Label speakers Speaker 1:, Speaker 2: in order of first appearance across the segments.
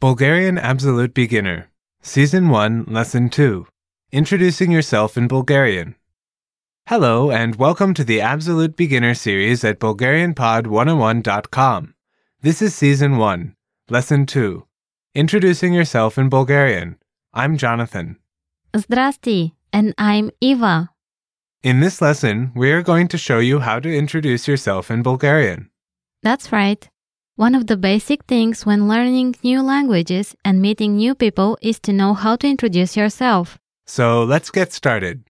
Speaker 1: Bulgarian Absolute Beginner, Season 1, Lesson 2 Introducing Yourself in Bulgarian. Hello, and welcome to the Absolute Beginner series at BulgarianPod101.com. This is Season 1, Lesson 2 Introducing Yourself in Bulgarian. I'm Jonathan.
Speaker 2: Здрасти, and I'm Eva.
Speaker 1: In this lesson, we are going to show you how to introduce yourself in Bulgarian.
Speaker 2: That's right. One of the basic things when learning new languages and meeting new people is to know how to introduce yourself.
Speaker 1: So let's get started.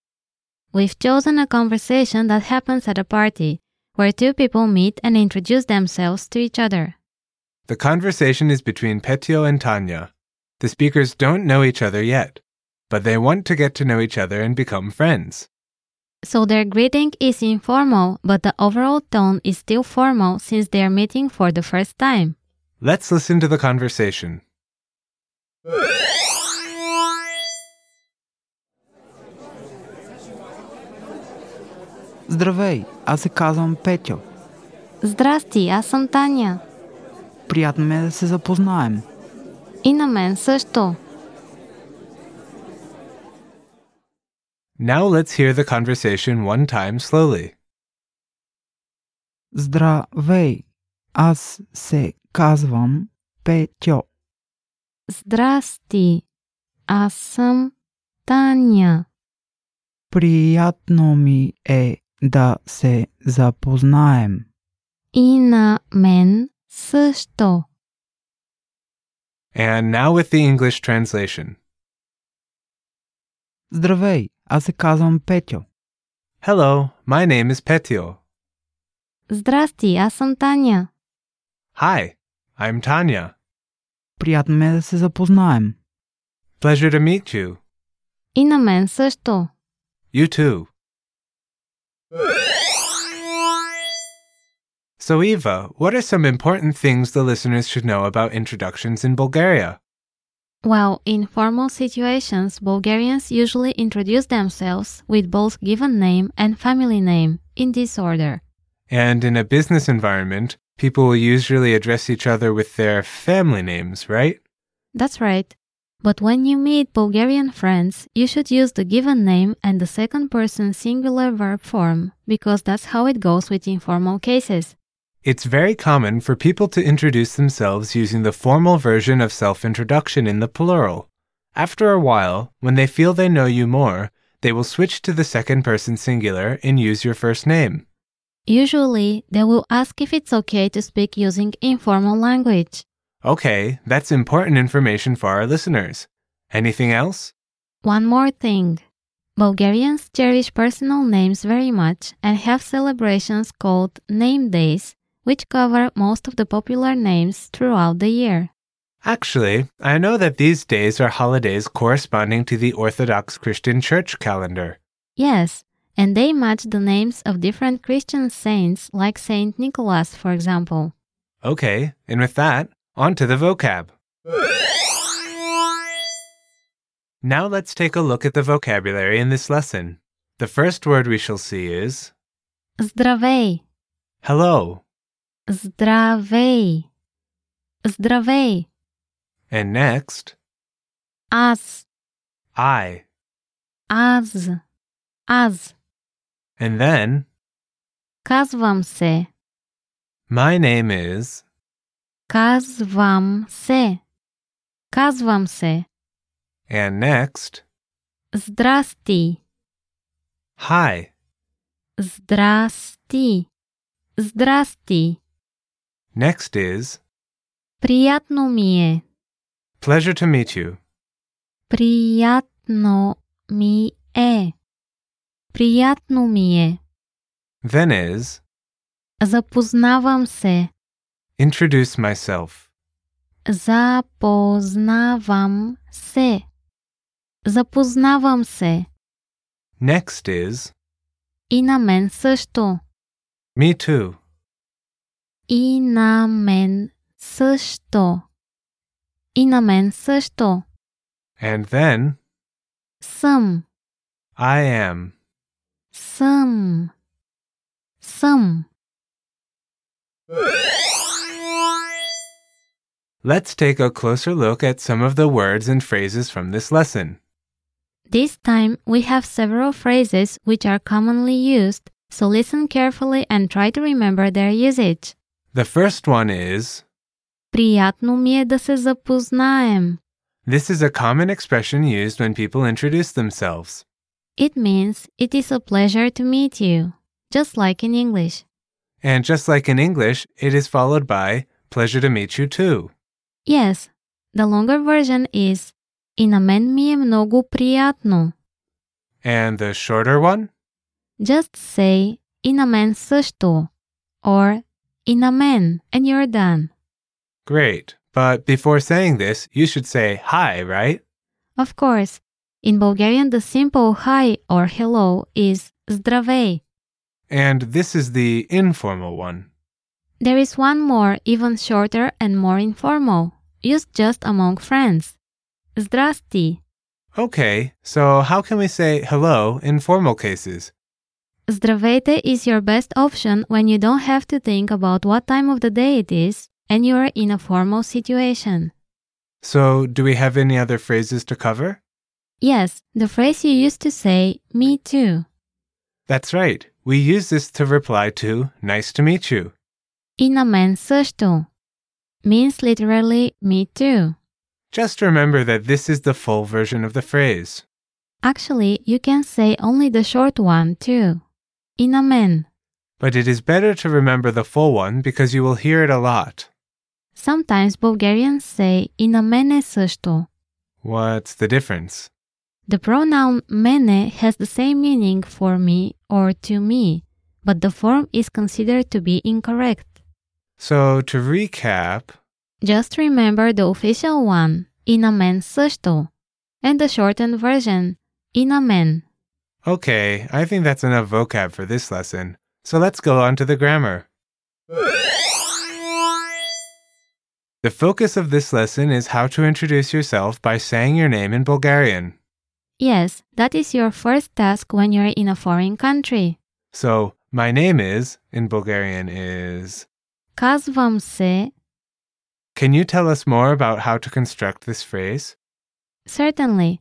Speaker 2: We've chosen a conversation that happens at a party, where two people meet and introduce themselves to each other.
Speaker 1: The conversation is between Petio and Tanya. The speakers don't know each other yet, but they want to get to know each other and become friends.
Speaker 2: So their greeting is informal, but the overall tone is still formal since they're meeting for the first time.
Speaker 1: Let's listen to the conversation.
Speaker 3: Здравей, аз се казвам Петьо.
Speaker 2: Здрасти, аз съм Таня.
Speaker 3: Приятно ми е да се запознаем.
Speaker 2: И на мен също.
Speaker 1: Now let's hear the conversation one time slowly.
Speaker 3: Здравей, аз се казвам Петьо.
Speaker 2: Здрасти, аз съм Таня.
Speaker 3: Приятно ми е да се запознаем.
Speaker 2: И на мен също.
Speaker 1: And now with the English translation.
Speaker 3: Здравей, аз се казвам Петьо.
Speaker 1: Hello, my name is Petio.
Speaker 2: Здрасти, аз съм Таня.
Speaker 1: Hi, I'm Tanya.
Speaker 3: Приятно ми е да се запознаем.
Speaker 1: Pleasure to meet you.
Speaker 2: И на мен също.
Speaker 1: You too. So, Eva, what are some important things the listeners should know about introductions in Bulgaria?
Speaker 2: Well, in formal situations, Bulgarians usually introduce themselves with both given name and family name in this order.
Speaker 1: And in a business environment, people will usually address each other with their family names, right?
Speaker 2: That's right. But when you meet Bulgarian friends, you should use the given name and the second person singular verb form because that's how it goes with informal cases.
Speaker 1: It's very common for people to introduce themselves using the formal version of self introduction in the plural. After a while, when they feel they know you more, they will switch to the second person singular and use your first name.
Speaker 2: Usually, they will ask if it's okay to speak using informal language.
Speaker 1: Okay, that's important information for our listeners. Anything else?
Speaker 2: One more thing. Bulgarians cherish personal names very much and have celebrations called name days, which cover most of the popular names throughout the year.
Speaker 1: Actually, I know that these days are holidays corresponding to the Orthodox Christian Church calendar.
Speaker 2: Yes, and they match the names of different Christian saints, like Saint Nicholas, for example.
Speaker 1: Okay, and with that, on to the vocab. Now let's take a look at the vocabulary in this lesson. The first word we shall see is
Speaker 2: Здравей!
Speaker 1: hello,
Speaker 2: Здравей! Здравей!
Speaker 1: and next,
Speaker 2: Аз!
Speaker 1: I,
Speaker 2: Аз! Аз!
Speaker 1: and then,
Speaker 2: Казвам се!
Speaker 1: my name is,
Speaker 2: Казвам се! Казвам се!
Speaker 1: and next,
Speaker 2: Здрасти!
Speaker 1: hi.
Speaker 2: Здрасти! Здрасти!
Speaker 1: Next is,
Speaker 2: Приятно ми е!
Speaker 1: pleasure to meet you.
Speaker 2: Приятно ми е. Приятно ми е.
Speaker 1: Then is,
Speaker 2: Запознавам се.
Speaker 1: introduce myself.
Speaker 2: Запознавам се. Запознавам се.
Speaker 1: Next is,
Speaker 2: И на мен също.
Speaker 1: me too.
Speaker 2: И на мен също. И на мен също.
Speaker 1: And then,
Speaker 2: Съм.
Speaker 1: I am.
Speaker 2: Съм. Съм.
Speaker 1: Let's take a closer look at some of the words and phrases from this lesson.
Speaker 2: This time we have several phrases which are commonly used, so listen carefully and try to remember their usage.
Speaker 1: The first one is
Speaker 2: Приятно ми е да се запознаем.
Speaker 1: this is a common expression used when people introduce themselves.
Speaker 2: It means it is a pleasure to meet you, just like in English.
Speaker 1: And just like in English, it is followed by pleasure to meet you too.
Speaker 2: Yes, the longer version is И на мен ми е много приятно.
Speaker 1: And the shorter one?
Speaker 2: Just say И на мен също or И на мен and you're done.
Speaker 1: Great. But before saying this, you should say hi, right?
Speaker 2: Of course, in Bulgarian the simple hi or hello is Zdravei.
Speaker 1: And this is the informal one.
Speaker 2: There is one more, even shorter and more informal, used just among friends. Zdrasti.
Speaker 1: Okay, so how can we say hello in formal cases?
Speaker 2: Zdravete is your best option when you don't have to think about what time of the day it is and you are in a formal situation.
Speaker 1: So, do we have any other phrases to cover?
Speaker 2: Yes, the phrase you used to say, me too.
Speaker 1: That's right. We use this to reply to nice to meet you.
Speaker 2: И на мен също. Means literally me too.
Speaker 1: Just remember that this is the full version of the phrase.
Speaker 2: Actually, you can say only the short one too. In a man.
Speaker 1: But it is better to remember the full one because you will hear it a lot.
Speaker 2: Sometimes Bulgarians say in a mene също.
Speaker 1: What's the difference?
Speaker 2: The pronoun mene has the same meaning for me or to me, but the form is considered to be incorrect.
Speaker 1: So, to recap,
Speaker 2: Just remember the official one, in a man също, and the shortened version, in a man.
Speaker 1: okay, I think that's enough vocab for this lesson. So, let's go on to the grammar. The focus of this lesson is how to introduce yourself by saying your name in Bulgarian.
Speaker 2: Yes, that is your first task when you're in a foreign country.
Speaker 1: So, my name is, in Bulgarian, is.
Speaker 2: Казвам се
Speaker 1: Can you tell us more about how to construct this phrase?
Speaker 2: Certainly.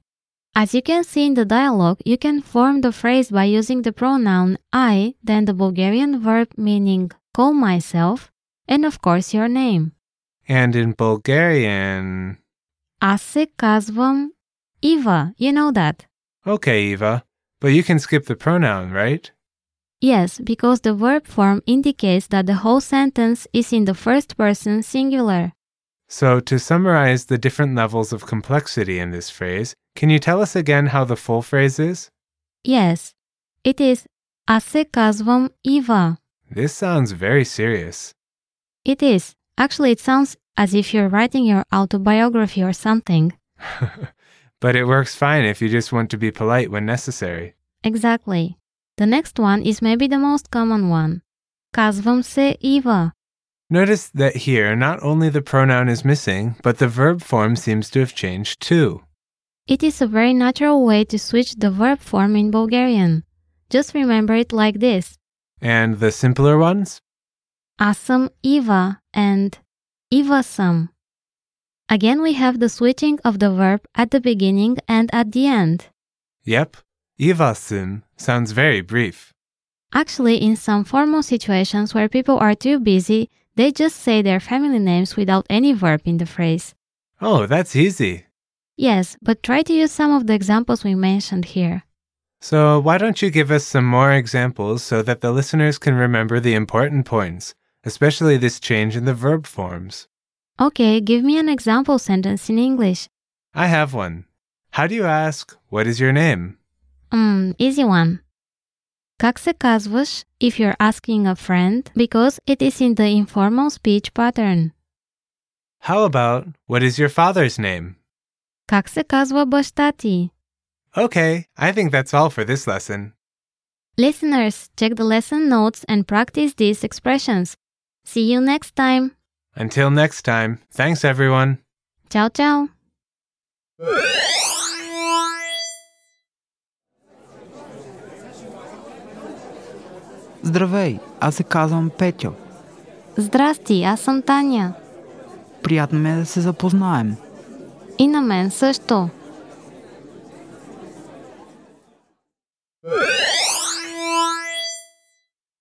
Speaker 2: As you can see in the dialogue, you can form the phrase by using the pronoun I, then the Bulgarian verb meaning call myself, and of course your name.
Speaker 1: And in Bulgarian.
Speaker 2: Аз се казвам Ива, you know that.
Speaker 1: Okay, Eva, but you can skip the pronoun, right?
Speaker 2: Yes, because the verb form indicates that the whole sentence is in the first person singular.
Speaker 1: So, to summarize the different levels of complexity in this phrase, can you tell us again how the full phrase is?
Speaker 2: Yes, it is Аз се казвам Ива.
Speaker 1: This sounds very serious.
Speaker 2: It is. Actually, it sounds as if you're writing your autobiography or something.
Speaker 1: But it works fine if you just want to be polite when necessary.
Speaker 2: Exactly. The next one is maybe the most common one. Казвам се Ива.
Speaker 1: Notice that here, not only the pronoun is missing, but the verb form seems to have changed too.
Speaker 2: It is a very natural way to switch the verb form in Bulgarian. Just remember it like this.
Speaker 1: And the simpler ones?
Speaker 2: Аз съм Ива and Ива съм. Again, we have the switching of the verb at the beginning and at the end.
Speaker 1: Yep. Ivasim sounds very brief.
Speaker 2: Actually, in some formal situations where people are too busy, they just say their family names without any verb in the phrase.
Speaker 1: Oh, that's easy.
Speaker 2: Yes, but try to use some of the examples we mentioned here.
Speaker 1: So, why don't you give us some more examples so that the listeners can remember the important points, especially this change in the verb forms?
Speaker 2: Okay, give me an example sentence in English.
Speaker 1: I have one. How do you ask, What is your name?
Speaker 2: Mm, easy one. Как се казваш if you're asking a friend because it is in the informal speech pattern.
Speaker 1: How about, What is your father's name?
Speaker 2: Как се казва баща ти?
Speaker 1: Okay, I think that's all for this lesson.
Speaker 2: Listeners, check the lesson notes and practice these expressions. See you next time.
Speaker 1: Until next time, thanks everyone.
Speaker 2: Ciao, ciao.
Speaker 3: Здравей, аз се казвам Петя.
Speaker 2: Здрасти, аз съм Таня.
Speaker 3: Приятно ми е да се запознаем.
Speaker 2: И на мен също.